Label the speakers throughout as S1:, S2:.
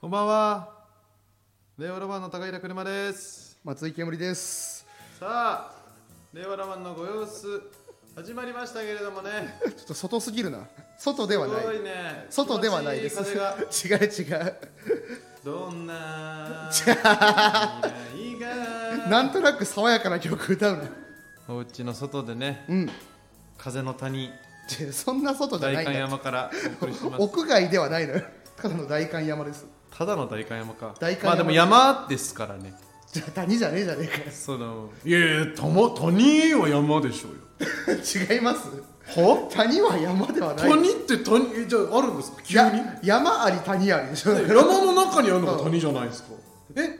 S1: こんばんは。令和ロマンの高平車です。
S2: 松井煙です。
S1: さあ、令和ロマンのご様子始まりましたけれどもね。
S2: ちょっと外すぎるな。外では
S1: す
S2: な
S1: ご
S2: い。
S1: いね。
S2: 外ではないです。
S1: 気持ちいい風が
S2: 違う 違う。
S1: ど んな未来
S2: な
S1: が
S2: んとなく爽やかな曲歌うの。
S1: お家の外でね、
S2: うん。
S1: 風の谷
S2: ちょそんな外じゃない
S1: 大
S2: ん
S1: 観
S2: だ。
S1: 山からお送りします。
S2: 屋外ではないのよ。ただの大観山です。
S1: ただの大観山か。
S2: 代官山
S1: まあでも山ですからね。
S2: じゃあ谷じゃねえじゃね
S1: そのいやいやたま谷は山でしょうよ。
S2: えかよ。違います。
S1: は？
S2: 谷は山ではない。
S1: 谷って谷えじゃああるんですか？急に？
S2: や山あり谷ありでしょ。
S1: 山の中にあるのが谷じゃないですかえ谷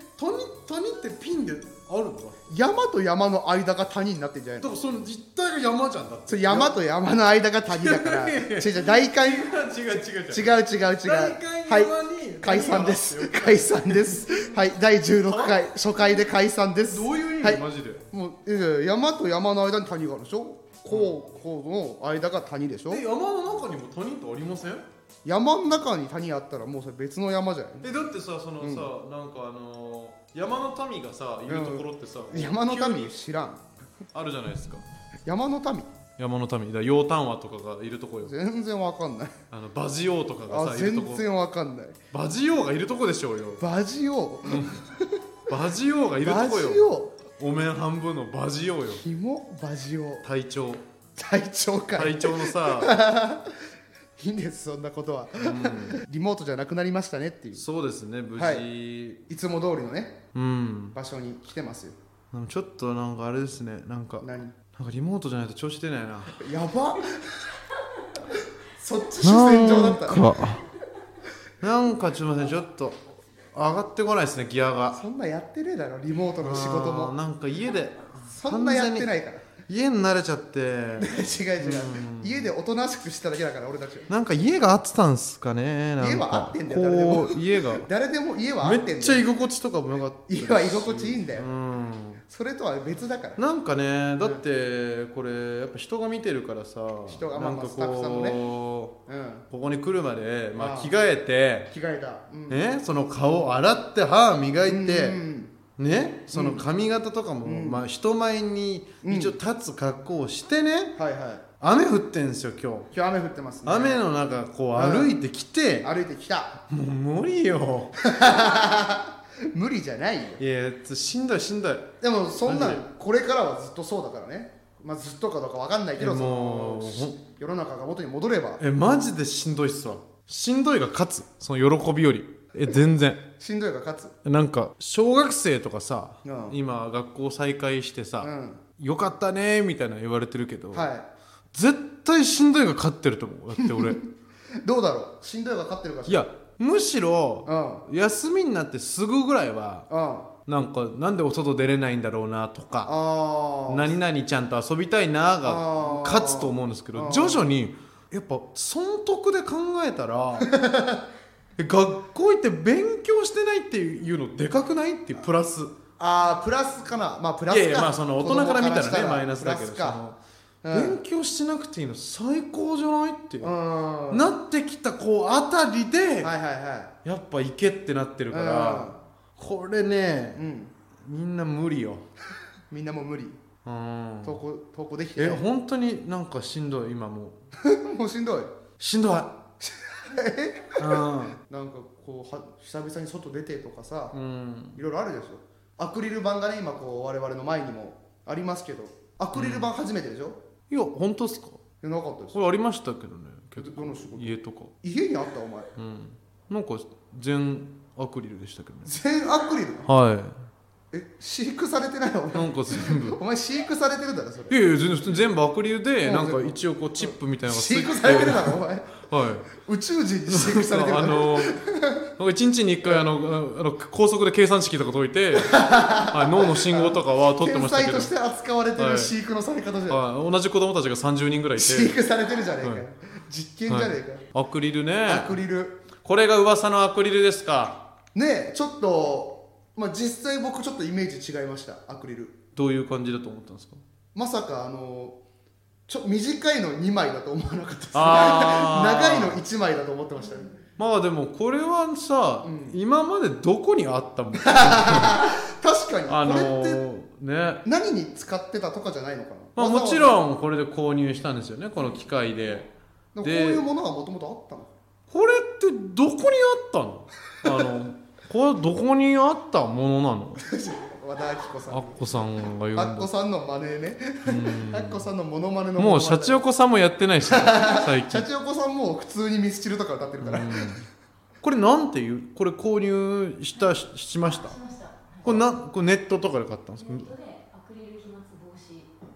S1: 谷ってピンであるんだ
S2: 山と山の間が谷になってんじゃない
S1: だ
S2: の。
S1: からその実態が山じゃんだって
S2: それ山と山の間が谷だから。
S1: いやいやいや
S2: 違う違う大観違う
S1: 違う違う違う
S2: 違う違う。
S1: 大観
S2: はい。
S1: 山に
S2: 解散です解散ですはい第16回初回で解散です
S1: どういう意味、
S2: はい
S1: マジで
S2: もういやいや山と山の間に谷があるでしょこうこうの間が谷でしょ
S1: え山の中にも谷ってありません
S2: 山の中に谷あったらもうそれ別の山じゃない
S1: えだってさそのさ、なんかあのー山の民がさいるところってさ、
S2: 山の
S1: 急
S2: 民
S1: に
S2: 知らん
S1: あるじゃないですか
S2: 山の民
S1: 山の民だ洋丹和とかがいるとこよ
S2: 全然わかんない
S1: あのバジオとかが
S2: あ
S1: さいると
S2: 全
S1: こ
S2: 然わかんない
S1: バジオがいるとこでしょうよ
S2: バジオ
S1: バジオがいると
S2: バ
S1: こよ
S2: ジオ
S1: お面半分のバジオよ
S2: キモバジオ
S1: 隊長
S2: 体調かい
S1: 隊長のさ、
S2: いいんですそんなことは
S1: うん
S2: リモートじゃなくなりましたねっていう
S1: そうですね無事、
S2: はいいつも通りのね
S1: うん
S2: 場所に来てますよ
S1: でもちょっとなんかあれですねなんか
S2: 何
S1: なんかリモートじゃないと調子出ないな
S2: やばそっち主戦場だった
S1: なんかなんかちょっと待ってちょっと上がってこないですねギアが
S2: そんなやってねえだろリモートの仕事
S1: あー
S2: も
S1: なんか家で
S2: そんなやってないから
S1: 家に慣れちゃって
S2: 違う違う家でおとなしくしただけだから俺たちは
S1: なんか家が合ってたんすかねなんか
S2: 家は合ってんだよ誰でも
S1: こ う家が
S2: 誰でも家は
S1: め
S2: 合って
S1: っ
S2: ん
S1: ち
S2: だ
S1: ゃ
S2: よ
S1: 居心地とかも良かったです
S2: 家は居心地いいんだ
S1: う
S2: よ
S1: ん
S2: それとは別だから
S1: なんかねだってこれやっぱ人が見てるからさ
S2: 人がまあ
S1: なん
S2: まあ
S1: か
S2: スタッフさんもね
S1: こ
S2: うん
S1: うここに来るまで、まあ、
S2: ああ
S1: 着替えて、
S2: 着替えたうん
S1: ね、その顔洗って歯磨いて、
S2: うん
S1: ね、その髪型とかも、
S2: うん
S1: まあ、人前に一応立つ格好をしてね、
S2: はいはい
S1: 雨降ってんですよ今日
S2: 今日雨降ってますね
S1: 雨の中こう歩いてきて、
S2: 歩いてきた
S1: もう無理よ
S2: 無理じゃないよ
S1: いやしんどいしんどい
S2: でもそんな
S1: マジ
S2: んこれからはずっとそうだからねまあずっとかどうかわかんないけど
S1: い
S2: そ
S1: やもう
S2: の世の中が元に戻れば
S1: えマジでしんどいっすわしんどいが勝つその喜びよりえ全然
S2: しんどいが勝つ
S1: なんか小学生とかさ、
S2: うん
S1: 今学校再開して
S2: う
S1: さ、
S2: ん
S1: よかったねみたいな言われてるけど、
S2: は
S1: 絶対しんどいが勝ってると思うだって 俺い
S2: いどうだろうしんどいが勝ってるかしら
S1: やむしろ
S2: うん
S1: 休みになってすぐぐらいは
S2: うん
S1: なんかなんでお外出れないんだろうなとか
S2: ああ
S1: 何々ちゃんと遊びたいなが
S2: あー
S1: 勝つと思うんですけど
S2: あー
S1: 徐々にやっぱ損得で考えたら 学校行って勉強してないっていうのでかくないっていうプラス。
S2: あープラスかなまあプラス
S1: い
S2: か
S1: やいやまあその大人から見たらねマイナスだけど
S2: プラスか
S1: その
S2: うん
S1: 勉強しなくていいの最高じゃないっていう、
S2: うん
S1: なってきたこうあたりで、
S2: はいはいは
S1: やっぱ行けってなってるから、これ
S2: い
S1: ね
S2: うん
S1: みんな無理よ、
S2: みんなもう無理
S1: うん、
S2: 投稿投稿できて
S1: え
S2: ない
S1: 本当になんかしんどい今もう
S2: もうしんどい
S1: しんどいうん
S2: なんかこうは久々に外出てとかさ
S1: うん
S2: いろいろあるでしょアクリル板がね今こう我々の前にもありますけどアクリル板初めてでしょ
S1: いや本当っすか
S2: いやなかったです
S1: これありましたけどね結
S2: ど
S1: 構
S2: の仕事
S1: 家とか
S2: 家にあったお前
S1: うんなんか全アクリルでしたけどね
S2: 全アクリル
S1: はい
S2: え飼育されてないお
S1: なんか全
S2: 前
S1: 部。
S2: お前飼育されてるだろそれ
S1: いやいや、全然普通に全部アクリルで、
S2: うん
S1: なんか一応こうチップみたいなのがつ
S2: 飼
S1: いて
S2: 育されてるだろお前
S1: はい。
S2: 宇宙人に飼育されてる
S1: あ
S2: だろ
S1: の、なんか一日に一回、あの、あの高速で計算式とか解い て、はい、脳の信号とかは取って
S2: 天
S1: ました
S2: 才
S1: けど
S2: と、して扱われて
S1: は
S2: る
S1: い
S2: 飼育のされ方じゃん、
S1: はい、同じ子供たちが30人ぐらいい
S2: 飼
S1: て、
S2: 育されてるじゃねえかよ、
S1: はい
S2: 実験じゃねえ
S1: アクリル
S2: か
S1: ね
S2: よ、。アクリル
S1: これが噂のアクリルですか。
S2: ねえちょっとまあ実際僕ちょっとイメージ違いましたアクリル
S1: どういう感じだと思ったんですか
S2: まさかあのちょ短いの2枚だと思わなかったです
S1: あー
S2: 長いの1枚だと思ってましたね
S1: まあでもこれはさ、
S2: うん
S1: 今までどこにあった もん
S2: 確かに、
S1: あの
S2: これって
S1: ーね
S2: 何に使ってたとかじゃないのかな、
S1: まあ、
S2: わざわ
S1: も
S2: ざ
S1: ちろんこれで購入したんですよねこの機械で
S2: でもこう
S1: で
S2: いうものはもともとあったの
S1: これってどこにあったのあのこれはどこにあったものなの
S2: 和田アキ子さん
S1: アッコさんが言うん
S2: アッコ
S1: だ
S2: さんの真似ねアッコさんのモノマネの
S1: もうシャチ
S2: オ
S1: ヨコさんもやってないし最
S2: シャ
S1: 近、
S2: チオコさんも普通にミスチルとか歌ってる
S1: う
S2: か
S1: ん
S2: ら、
S1: これなんていうこれ購入したししました
S3: しました。
S1: これなこれネットとかで買ったんですか
S3: ネットでアクリル飛沫防止。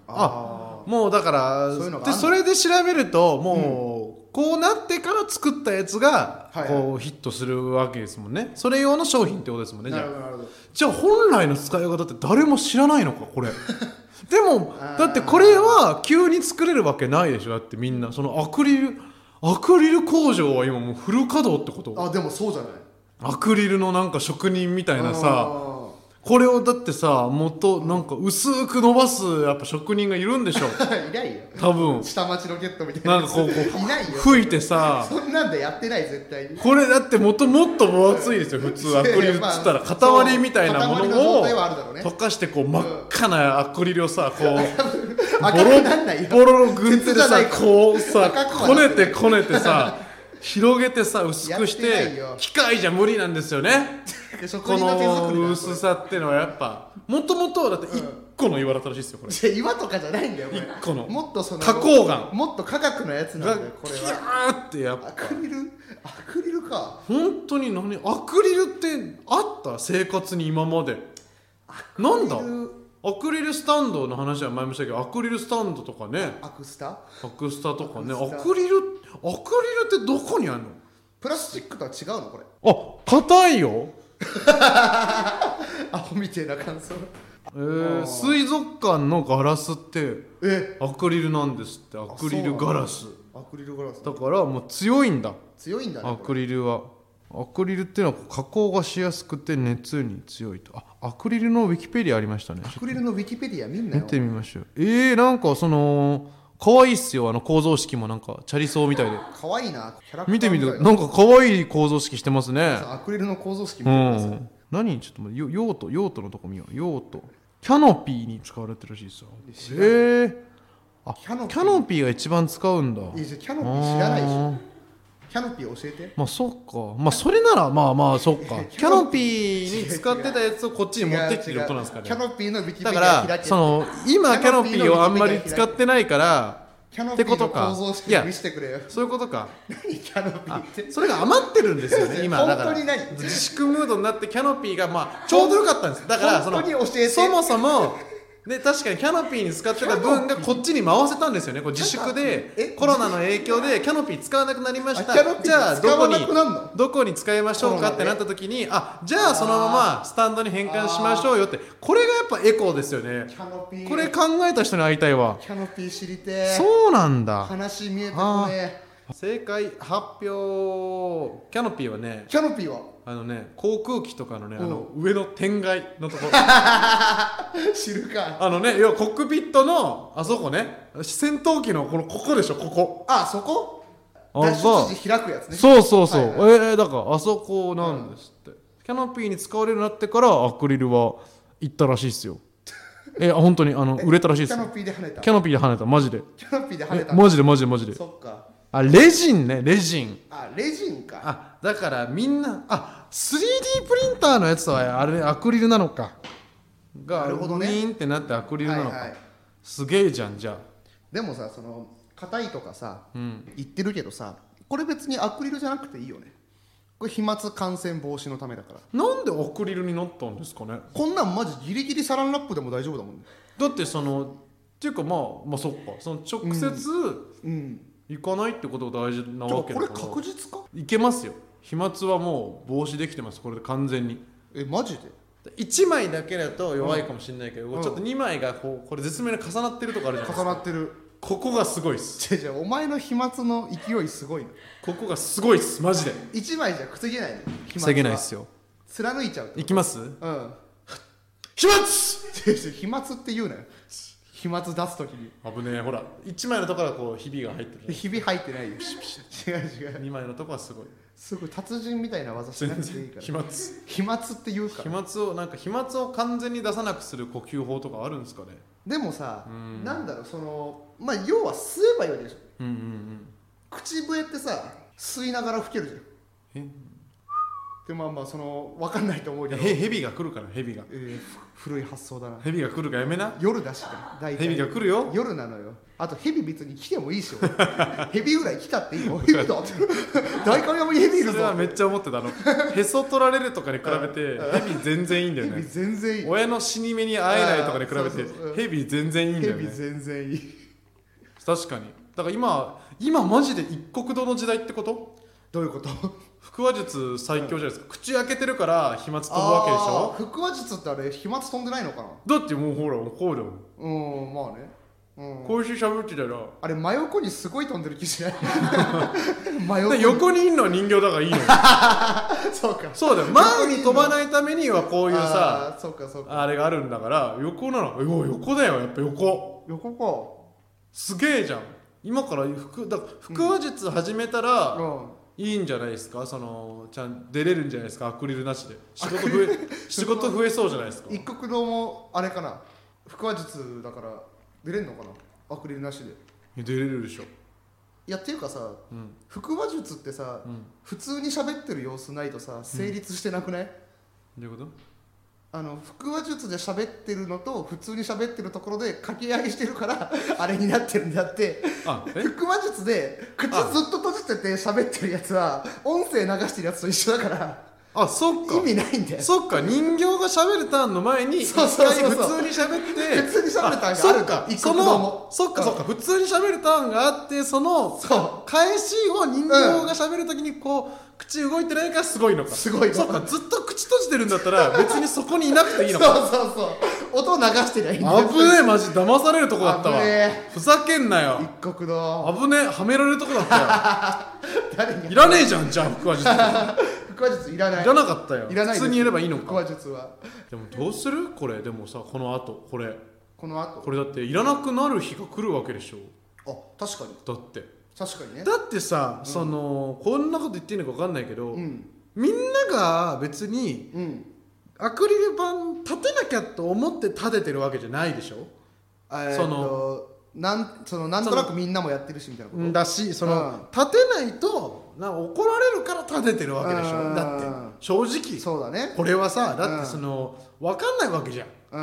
S2: あ
S1: もうだから
S2: そういうのがあん
S1: で
S2: の
S1: それで調べるともう、こうなってから作ったやつが
S2: はいはい
S1: こうヒットするわけですもんねそれ用の商品ってことですもん
S2: あ
S1: ねじ
S2: な
S1: ゃ
S2: る
S1: あ
S2: ほどなるほど
S1: じゃあ本来の使い方って誰も知らないのかこれ でも
S2: あー
S1: だってこれは急に作れるわけないでしょだってみんなそのアクリルアクリル工場は今もうフル稼働ってこと
S2: あでもそうじゃない
S1: アクリルのなんか職人みたいなさ
S2: あ
S1: これをだってさ元なんか薄く伸ばすやっぱ職人がいるんでしょ
S2: ー いないよ
S1: 多分
S2: 下町ロケットみたいな
S1: なんかこうこ
S2: いないうよ
S1: 吹いてさ
S2: そんなんでやってない絶対に
S1: これだってもっともっと分厚いですよ普通アクリルっつったら塊みたいなも
S2: そう塊の
S1: の
S2: 状
S1: を
S2: 態はあるだろうね
S1: 溶かしてこう真っ赤なアクリルをさこう
S2: 赤くなんないよ
S1: ボロの軍手でさ
S2: 鉄じゃない
S1: こうさ
S2: 赤くは
S1: こ
S2: な
S1: ね
S2: ってな
S1: て
S2: い
S1: こねて さ広げてさ薄くし
S2: やってない
S1: て
S2: よ
S1: 機械じゃ無理なんですよね
S2: 職
S1: こ
S2: 人の手作りだ
S1: の薄さってのはやっぱもともとだって1個の岩だったらしいですよこれ
S2: じゃあ岩とかじゃないんだよこれ
S1: 1個の
S2: もっとその
S1: 花崗岩
S2: もっと科学のやつな
S1: が
S2: ん
S1: キ
S2: だよこれは
S1: ャーってやっぱ
S2: アクリルアクリルか
S1: 本当に何アクリルってあった生活に今までなんだ
S2: アクリル
S1: アクリルスタンドの話は前もしたけどアクリルスタンドとかね
S2: アクスタ
S1: アクスタとかね
S2: アクスタ
S1: アクリルアクリルってどこにある
S2: プラスチックとは違うのこれ
S1: のあ硬いよ
S2: アホみてえな感想
S1: えー
S2: あー
S1: 水族館のガラスって
S2: え
S1: アクリルなんですってアクリルガラス
S2: アクリルガラス
S1: だからもう強いんだ
S2: 強いんだ
S1: ア
S2: ねこ
S1: ク
S2: れ
S1: リルはアクリルっていうのは加工がしやすくて熱に強いとあアクリルのウィキペディアありましたね
S2: アクリルのウィキペディア見んな
S1: 見
S2: よ
S1: てみましょうえー、なんかその可愛いっすよあの構造式もなんかチャリソーみたいで
S2: 可愛いなキャラクター
S1: 見てみて
S2: みたい
S1: なんか可愛い構造式してますね
S2: アクリルの構造式見
S1: う
S2: てください
S1: ん何ちょっと待ってよ用途用途のとこ見よう用途キャノピーに使われてるらしいですよ
S2: 知らない
S1: えー、あ
S2: キャノピー
S1: キャノピーが一番使うんだ
S2: いやじゃあキャノピー知らないでしょ
S1: あー
S2: キャノピー教えて
S1: まあそっかまあそれならまあまあそっか キ
S2: キ
S1: ャ
S2: ャ
S1: ノ
S2: ノ
S1: ピーに使ってたやつをこっちに持ってきてることなんですか
S2: 違う違うキ
S1: ね
S2: ャノピーのウィキペディ
S1: だ
S2: ア
S1: からその今キ
S2: キ
S1: ャ
S2: ャ
S1: ノ
S2: ノ
S1: ピ
S2: ピー
S1: ーをあんま
S2: の
S1: り
S2: ウィキペディア開け
S1: 使ってないから
S2: キャノピ
S1: ってこ
S2: ー
S1: と
S2: の
S1: か
S2: 構造
S1: い
S2: 式
S1: や
S2: 見せてくれよ
S1: そういうことか
S2: 何キャノピーって
S1: それが余ってるんですよ ね今だから
S2: 本当に何
S1: 自粛ムードになってキャノピーがまあちょうどよかったんですだからその
S2: 本当に教えて
S1: そもそもね、確かにキャノピーに使ってた分がこっちに回せたんですよねこう自粛
S2: え
S1: でコロナの影響でキャノピー使わなくなりまし
S2: あキャノピ
S1: た
S2: ー
S1: じゃあ
S2: 使
S1: どこ
S2: わ
S1: に
S2: なくなるの
S1: どこに使いましょうかって
S2: コロ
S1: な
S2: ナ
S1: っ
S2: で
S1: た時にあじゃあそのままスタンドに変換しましょうよってこれがやっぱエコーですよね
S2: キャノピー
S1: これ考えた人に会いたいわ
S2: キャノピー知りてえ
S1: そうなんだ
S2: 話見えてこね
S1: 正解発表キャノピーはね
S2: えキャノピーは
S1: あのね航空機とかのね、
S2: うん
S1: あの上の天蓋のとこ ろ
S2: 知るか
S1: あのね要はコックピットのあそこね戦闘機のこのここでしょここ
S2: あそこ
S1: あ
S2: 脱出時開くやつね
S1: そうそうそう、
S2: はいは
S1: えーだからあそこなんですって、キャノピーに使われるようになってからアクリルは行ったらしい っすよえー、本当にあの売れたらしいっ
S2: キャ
S1: す
S2: ノ
S1: よ
S2: ピーで跳ねた
S1: キャノピーで跳ねたマジで
S2: キャノピーで跳ね
S1: え
S2: た
S1: マジでマジでマジで
S2: そっか
S1: あレジンねレジン
S2: あレジンか
S1: あだからみんなあ 3D プリンターのやつはあれアクリルなのかが
S2: なるほどね
S1: ウィーンってなってアクリルなのか、
S2: はいはい
S1: すげえじゃんじゃあ
S2: でもさその硬いとかさ、
S1: ん
S2: 言ってるけどさこれ別にアクリルじゃなくていいよねこれ飛沫感染防止のためだから
S1: なんでアクリルになったんですかね
S2: こんなんマジギリギリサランラップでも大丈夫だもんね
S1: だってそのっていうかまあまあそっかその直接
S2: うん
S1: 行かないってことが大事な
S2: てか
S1: わ
S2: こ
S1: け
S2: れ
S1: だから、
S2: 確実か
S1: いけますよ飛沫はもう防止できてますこれで完全に
S2: えマジで
S1: 1枚だけだと弱いかもしれないけど、
S2: うん
S1: ちょっと2枚がこうこれ絶妙に重なってるとこあるじゃないです
S2: 重
S1: か
S2: なってる
S1: ここがすごいっす
S2: じゃじゃお前の飛沫の勢いすごいな
S1: ここがすごいっすマジで
S2: 一枚じゃ防げないの飛沫は
S1: 防げないっすよ
S2: 貫いちゃうって
S1: い
S2: こ
S1: きます
S2: とうん
S1: 飛沫
S2: じゃじゃ飛沫って言うなよ飛沫出す時に
S1: 危ねえほら1枚のところはこうひびが入って
S2: で
S1: る
S2: ひび入って ないよ違う違う
S1: 2枚のところはすごい
S2: すごい達人みたいな技しな
S1: 全
S2: くていい
S1: 然
S2: から
S1: 飛沫
S2: 飛沫って言うか
S1: 飛
S2: ら
S1: 沫をなんか飛沫を完全に出さなくする呼吸法とかあるんですかね
S2: でもさ
S1: うん
S2: なんだろうそのまあ要は吸えばいいわけでしょ
S1: うんうんうん
S2: 口笛ってさ吸いながら吹けるじゃん
S1: え
S2: でまあまあその分かんないと思う
S1: い
S2: け
S1: や
S2: ど、
S1: へヘビが来るからヘビが
S2: えーふ 古い発想だな
S1: ヘビが来るからやめな
S2: 夜だしな大
S1: ヘビが
S2: 体
S1: 来るよ
S2: 夜なのよあとヘビ別に来てもいいし俺 ヘビぐらい来たっていいよヘビだ って大観山にヘビいる
S1: それは
S2: ぞ
S1: めっちゃ思ってたあのへそ取られるとかに比べてヘビ全然いいんだよ
S2: ヘビ
S1: ね
S2: 全然いい
S1: 親の死に目に会えないとかに比
S2: あーそうそうそう
S1: べてヘビ全然いいんだ
S2: ヘ
S1: よ
S2: ビ
S1: ね
S2: 全然いい
S1: 確かにだから今今マジで一国堂の時代ってこと
S2: どういうこと
S1: 腹話術最強じゃないですか、口開けてるから飛沫飛ぶわけでし
S2: あ
S1: ょ
S2: ー腹話術ってあれ飛沫飛んでないのかな
S1: だってもうほらこうだもん
S2: うんまあねうん
S1: こうして喋ってたら
S2: あれ真横にすごい飛んでる気し ない真横
S1: で
S2: に
S1: 横にいんのは人形だからいいのよ
S2: そうか
S1: そうだよ前に飛ばないためにはこういうさ
S2: あーそうかそうか
S1: あれがあるんだから横なのよ横だよやっぱ横
S2: 横か
S1: すげえじゃん今から腹だから腹話術始めたら、
S2: うん
S1: いいんじゃないですかそのちゃん出れるんじゃないですかアクリルなしで仕事増え仕事増えそうじゃないですか
S2: 一国堂もあれかな腹話術だから出れんのかなアクリルなしでい
S1: 出れるでしょ、
S2: やっていうかさ
S1: うん
S2: 腹話術ってさ
S1: うん、
S2: 普通に喋ってる様子ないとさ成立してなくない、
S1: どういうこと
S2: あの腹話術で喋ってるのと普通に喋ってるところで掛け合いしてるから あれになってるんだって
S1: あえ
S2: 腹話術で口ずっと閉じてて喋ってるやつは音声流してるやつと一緒だから
S1: あそっか
S2: 意味ないんだよ
S1: そっか人形が喋るターンの前に一
S2: そう
S1: 回
S2: そうそう
S1: 普
S2: そう
S1: 通に喋って
S2: 普通に喋る ターンがある
S1: そっか
S2: 一
S1: そ
S2: 国道も
S1: のそっかそっか普通に喋るターンがあってその
S2: そ
S1: 返しを人形が喋るときにこう口動いてないからすごいのか
S2: すごいの
S1: そっかずっと口閉じてるんだったら別にそこにいなくていい
S2: そ
S1: の
S2: うそ
S1: か
S2: うそう音を流してりゃいいんだよ
S1: 危ねえマジ騙されるとこだったわ
S2: 危ね
S1: ふざけんなよ
S2: 一国堂
S1: 危ねえはめられるとこだった
S2: 誰に
S1: よいらねえじゃんじゃあ腹話術い
S2: 腹話術いらない
S1: らなかったよ
S2: いらないです
S1: 普通にやればいいの
S2: 腹
S1: か
S2: 話術は
S1: でもどうするこれでもさこのあとこれ
S2: この後
S1: これだっていらなくなる日が来るわけでしょ
S2: あ確かに
S1: だって
S2: 確かにね
S1: だってさ、そのこんなこと言っていいのか分かんないけど、
S2: うん
S1: みんなが別に
S2: うん
S1: アクリル板立てなきゃと思って立ててるわけじゃないでしょ
S2: えーっ
S1: そ
S2: となんそのなんとなくみんなもやってるしみたいなこと
S1: だしその、
S2: うん
S1: 立てないとな怒られるから立ててるわけでし
S2: う
S1: ょ
S2: ん
S1: だって正直
S2: そうだね
S1: これはさだ
S2: う
S1: っ
S2: ん
S1: てその分かんないわけじゃん、
S2: うん
S1: そ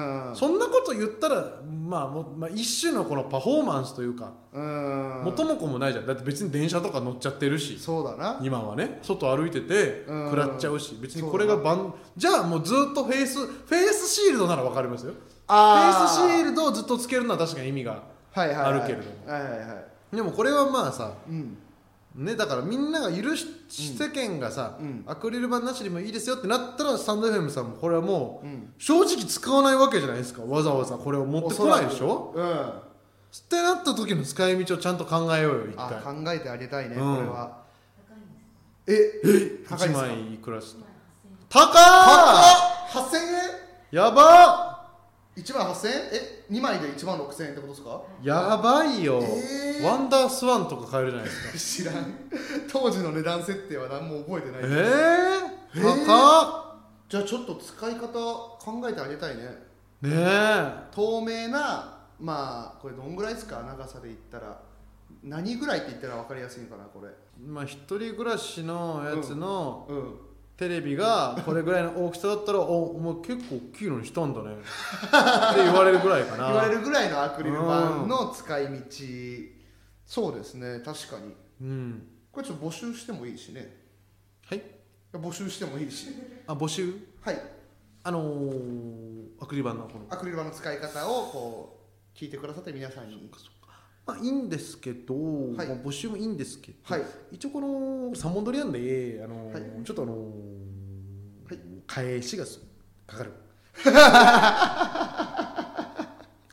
S1: んなこと言ったら、まあ、もうまあ一種のこのパフォーマンスというか
S2: うん
S1: 元も子もないじゃんだって別に電車とか乗っちゃってるし
S2: そうだな
S1: 今はね外歩いてて
S2: うん
S1: 食らっちゃうし別にこ
S2: そうだ
S1: れ
S2: な
S1: がバンじゃあもうずっとフェイスフェイスシールドなら分かりますよフェイ
S2: あ
S1: スシ
S2: ー
S1: ールドをずっとつけるのは確かに意味が
S2: はいはいはい
S1: あるけれども
S2: はいはいはい
S1: でもこれはまあさ
S2: うん
S1: ね、だからみんなが許し世間がさ、
S2: うん
S1: アクリル板なしでもいいですよってなったらスタンド FM さんもこれはも
S2: うん
S1: う正直使わないわけじゃないですかわざわざこれを持ってこないでしょ
S2: うん
S1: ってなった時の使い道をちゃんと考えようよ一
S2: あ
S1: 回
S2: 考えてあげたいねこ
S1: うん
S2: れは
S3: 高いんです
S2: え高いで
S1: 1
S2: すか
S1: 枚いくらし
S3: 1万8000円
S1: 高っ
S2: 8000円
S1: やば
S2: 1万8000円え二2枚で1万6000円ってことですか
S1: っやばいよ、
S2: えー
S1: ワンダースワンとか買えるじゃないですか
S2: 知らん当時の値段設定は何も覚えてない
S1: え
S2: けどえ
S1: ー、
S2: ー
S1: 高っ
S2: じゃあちょっと使い方考えてあげたいね
S1: ねえ
S2: 透明なまあこれどんぐらいですか長さで言ったら何ぐらいって言ったら分かりやすいのかなこれ
S1: まあ一人暮らしのやつの、
S2: うん
S1: テレビがこれぐらいの大きさだったら「おお前結構大きいのにしたんだね」って言われるぐらいかな
S2: 言われるぐらいのアクリル板の使い道そうですね確かに
S1: うん
S2: これちょっと募集してもいいしね
S1: はい
S2: 募集してもいいし
S1: あ募集
S2: はい
S1: あのー、アクリル板のこの
S2: アクリル板の使い方をこう聞いてくださって皆さんに
S1: まあいいんですけど、
S2: はい
S1: まあ募集もいいんですけど、
S2: はい
S1: 一応この三本取りなんで、あのー
S2: は
S1: ちょっとあのー
S2: はい
S1: 返しがすかか る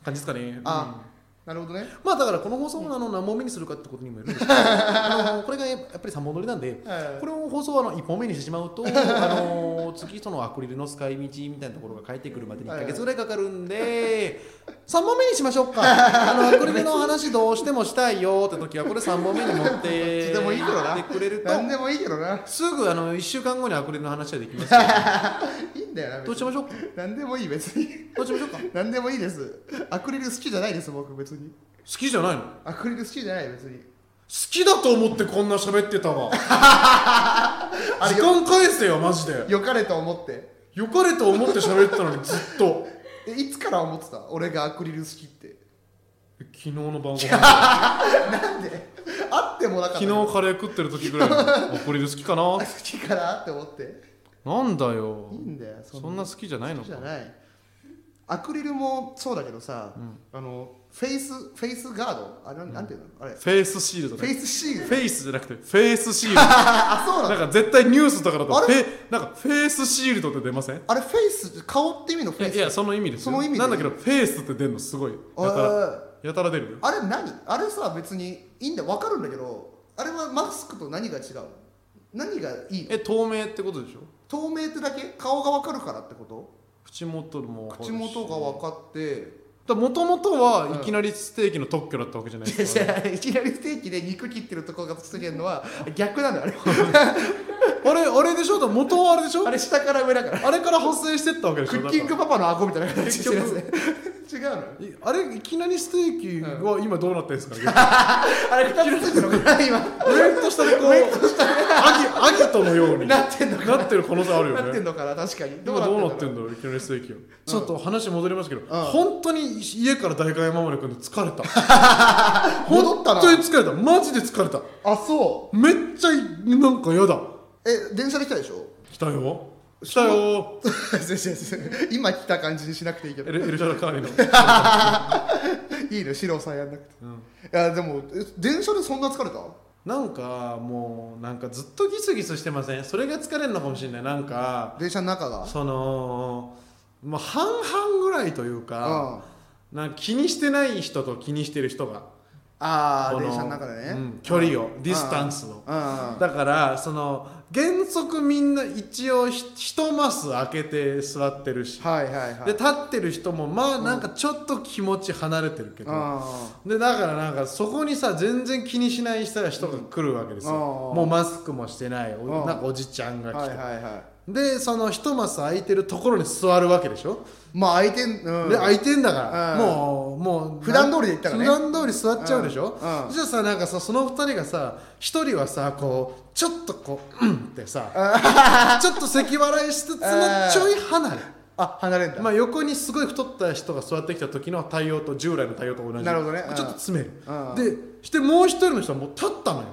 S1: 感じですかね
S2: あ
S1: うん
S2: なるほどね
S1: まあだからこの放送をあの何本目にするかってことにもよるんですけ どあのこれがやっぱり3本撮りなんで
S2: はい
S1: これを放送はあの1本目にしてしま うとあの次そのアクリルの使い道みたいなところが返ってくるまでに1
S2: はい
S1: ヶ月ぐらいかかるんで3本目にしましょうかあのアクリルの話どうしてもしたいよって時はこれ3本目に持 っ
S2: どってちでもいいけどな
S1: ってくれると
S2: 何でもいいけどな
S1: すぐあの1週間後にアクリルの話はできます け
S2: いいんだよな
S1: どどうしましょうか
S2: 何でもいい別に
S1: どうしましょうか好
S2: 何でもいいですアクリル好きじゃないです僕別に
S1: きじゃないの好
S2: アクリル好きじゃない別に
S1: きだと思ってこんな喋ってたわ
S2: あ
S1: 時
S2: れよ
S1: 間返せよマジで
S2: よかれと思って
S1: よかれと思って喋ってたのにずっと
S2: えいつから思ってた俺がアクリル好きって
S1: 昨日の晩ご飯
S2: なんであってもなかった
S1: 昨日カレー食ってる時ぐらいのアクリル好きかな
S2: 好きかなって思って
S1: なんだよ
S2: いいんだよ
S1: そんな好きじゃないの
S2: 好きじゃ
S1: か
S2: ないアクリルもそうだけどさ、
S1: うん
S2: あのフェイスフェイスガードあなんなんていうのあれフ
S1: フェイスシールド
S2: ェ
S1: ね
S2: イスシールド
S1: フェイスじゃなくてフェイスシー ルド
S2: あそうな
S1: な
S2: の
S1: んか絶対ニュースとかだと
S2: あ
S1: フェなんかフェイスシールドって出ませんい
S2: あれフェイス顔って意味のフェ
S1: や
S2: イス
S1: いやその意味ですよ
S2: その意味で
S1: なんだけどフェイスって出るのすごいや
S2: あ
S1: たらやたら出るよ
S2: あれ何あれさ別にいいんだわかるんだけどあれはマスクと何が違うの何がいいの
S1: え透明ってことでしょ
S2: 透明ってだけ顔がわかるからってこと
S1: 口元も
S2: 口元が分
S1: か
S2: かって
S1: もともと
S2: うん
S1: はいきなりステーキの特許だったわけじゃない
S2: いや
S1: ですか、
S2: いやいきなりステーキで肉切ってるとこが出現のは逆なのあれ
S1: あれあれでしょだから元はあれでしょ
S2: あれ下から上だから
S1: あれから発生してったわけでし
S2: ク
S1: ょ
S2: ッキング
S1: だか
S2: パパの顎みたいな 形してるやつね違うの
S1: らいあれいきなりステーキは今どうなってるんですか、
S2: あれ2つついてるのかな 今
S1: 上と下でこうアギアギトのようにな
S2: なってんのかな
S1: ってる可能性あるよ
S2: なってん
S1: ね
S2: のかな確かに
S1: 今どうなって
S2: の
S1: んだろういきなりステーキはちょっと話戻りましたけど、
S2: うん
S1: 本当に家から大会山まで来るの疲れた
S2: 戻ったな
S1: 本当に疲れたマジで疲れた
S2: あそ
S1: めっちゃなんか嫌だ
S2: うえ電車で来たでし ょ
S1: 来たよ来たよ
S2: 先生今来た感じにしなくていいけど
S1: エルエルシャラカーリの
S2: いいの四郎さんやんなくて
S1: うん
S2: いやでもえ電車でそんな疲れた
S1: なんかもうなんかずっとギスギスしてませんそれが疲れるのかもしれないなんか
S2: 電車の中が
S1: そのまあ半々ぐらいというか
S2: あ
S1: なんか気にしてない人と気にしてる人が
S2: あー
S1: こ
S2: 電車の中でね
S1: うん距離をディスタンスを
S2: うん
S1: だからその原則みんな一応ひ一マス開けて座ってるし
S2: はいはいはい
S1: で立ってる人もまあなんかちょっと気持ち離れてるけど、
S2: あ
S1: でだからなんかそこにさ全然気にしない人が人が来るわけですよ、
S2: うんあー
S1: もうマスクもしてないお
S2: うん
S1: なんかおじちゃんが
S2: あ
S1: 来て、
S2: はいはいはい
S1: でその一マス空いてるところに座るわけでしょ、
S2: まあ空いてん、うん、
S1: で空いてんだから、
S2: うん
S1: もうもう
S2: 普段通りで行ったらね
S1: 普段通り座っちゃうでしょ、
S2: うんうん
S1: じゃあさなんかさその二人がさ一人はさこうちょっとこう「うん」ってさちょっと咳払いしつつのちょい離れ
S2: あ離れんだ、
S1: まあ、横にすごい太った人が座ってきた時の対応と従来の対応と同じ
S2: なるほどね
S1: ちょっと詰める
S2: うん
S1: でしてもう一人の人はもう立ったのよ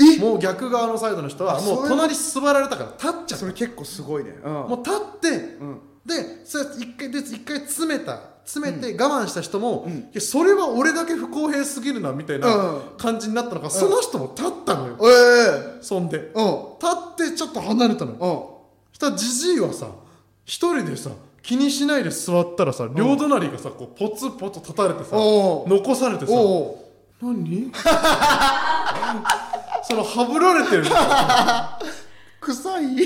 S2: え
S1: もう逆側のサイドの人は
S2: あそれ
S1: もう隣座られたから立っちゃっ
S2: それ結構すごいねうん
S1: たもう立って
S2: うん
S1: でそれ一回で一回詰めた詰めて我慢した人も、
S2: うん
S1: いやそれは俺だけ不公平すぎるなみたい
S2: うん
S1: な感じになったのか、その人も立ったのよ、
S2: ええ
S1: そんで
S2: うん
S1: 立ってちょっと離れたのよ
S2: うん
S1: したらじじいはさ一人でさ気にしないで座ったらさ両隣がさこうポツポツ立たれてさ
S2: おう
S1: 残されてさ
S2: おう
S1: 何そのはぶられ てる
S2: 臭い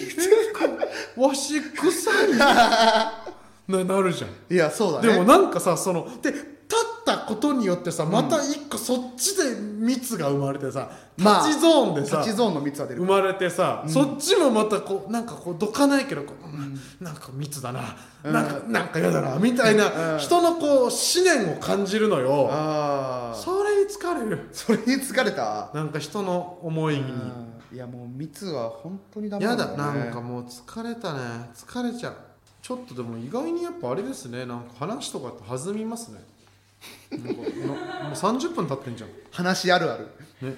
S1: わし臭いななるじゃん、
S2: いやそうだね
S1: でもなんかさそので立ったことによってさまた一個そっちで蜜が生まれてさ、
S2: まあ
S1: 立ちゾーンで
S2: タ
S1: さ
S2: ッチゾーンの3つは出る
S1: 生まれてさ、そっちもまたこうなんかこうどかないけどこう、なんか密だな、なんかなんか嫌だなみたいな、
S2: うん
S1: 人のこう思念を感じるのよ、
S2: ああ
S1: それに疲れる
S2: それに疲れた
S1: なんか人の思いに、
S2: うんいやもう蜜は本当にダメ
S1: やだ、
S2: ね
S1: なんかもう疲れたね疲れちゃうちょっとでも意外にやっぱあれですねなんか話とかって弾みますねなんかのもう30分経ってんじゃん
S2: 話あるある
S1: ね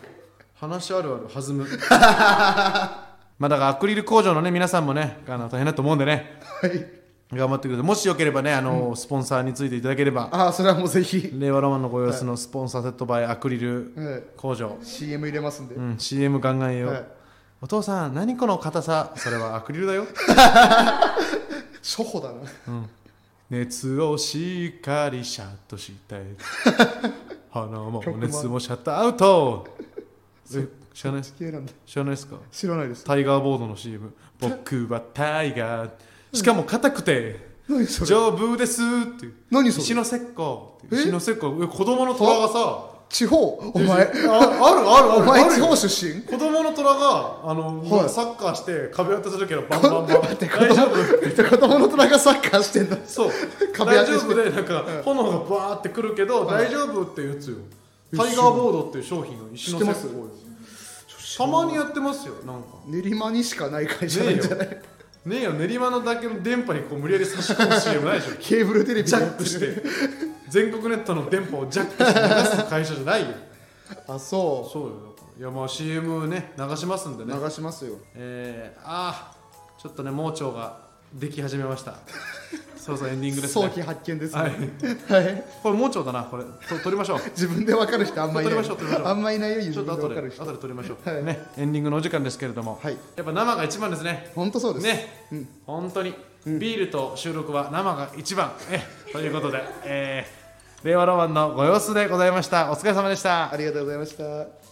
S1: 話あるある弾む まあだからアクリル工場のね皆さんもねあの大変だと思うんでね
S2: はい
S1: 頑張ってくださいもしよければねあの、スポンサーについていただければ
S2: ああそれはもうぜひ、
S1: 令和ロマンのご様子のスポンサーセットバイアクリル
S2: うん、
S1: 工場、
S2: CM 入れますんで、
S1: うん CM ガンガンよ、
S2: はい
S1: お父さん何この硬さそれはアク リルだよ
S2: 初歩だな
S1: 熱をしっかりシャット して鼻も
S2: 曲も
S1: 熱もシャットアウトえ知らない
S2: 地形なんだ
S1: 知らないですか
S2: 知らないです
S1: タイガーボードの CM 僕はタイガーしかも硬くて
S2: 何それ
S1: 丈夫ですっていう
S2: 何そ
S1: 石
S2: れ
S1: の石膏っていう
S2: え
S1: 石の石膏え子供の虎がさ
S2: 地方お前
S1: ああるあるある
S2: お前
S1: ある
S2: 地
S1: よ
S2: 方出 身
S1: 子供の虎があの、
S2: はい
S1: サッカーして壁当てするけど バンバンバン
S2: 待って
S1: 大丈夫
S2: 子供の虎がサッカーしてんだ
S1: そう
S2: 壁当
S1: 大
S2: て
S1: 丈
S2: して
S1: 夫でなんか炎がバーってくるけど、
S2: はい
S1: 大丈夫っていうやつよ
S2: え
S1: タイガーボードっていう商品の石の
S2: 知ってま
S1: 石
S2: す
S1: すごいたまにやってますよなんか
S2: 練馬にしかない会社な
S1: ね
S2: んじゃない
S1: えよねえよ練馬のだけの電波にこう無理やり差し込む CM ないでしょ
S2: ケーブルテレビ
S1: ジ
S2: で
S1: ャ
S2: や
S1: ッ
S2: って
S1: ク
S2: る
S1: して全国ネットの電波をジャックして流す会社じゃないよ
S2: あそ
S1: そうよだからいやまあ CM ね流しますんで
S2: う
S1: ね
S2: 流しますよ
S1: えー、あーちょっとね盲腸ができ始めま したそろそろエンディングですね
S2: 早期発見ですね
S1: はい
S2: はい
S1: これ盲腸だなこれと撮りましょう
S2: 自分で分かる人あんまいない
S1: 撮りましょう撮りましょう
S2: あんまいないよ
S1: ち
S2: 自
S1: ょっと
S2: 分で
S1: 後
S2: 分
S1: で
S2: かる人
S1: 後で撮りましょう、
S2: はい
S1: ねエンディングのお時間ですけれども、
S2: はい
S1: やっぱ生が一番ですね
S2: 本当そうです
S1: ね、
S2: うん
S1: 本当に、ビールと収録は生が一番えということで、えー、令和ロマンのご様子でございましたお疲れ様でした
S2: ありがとうございました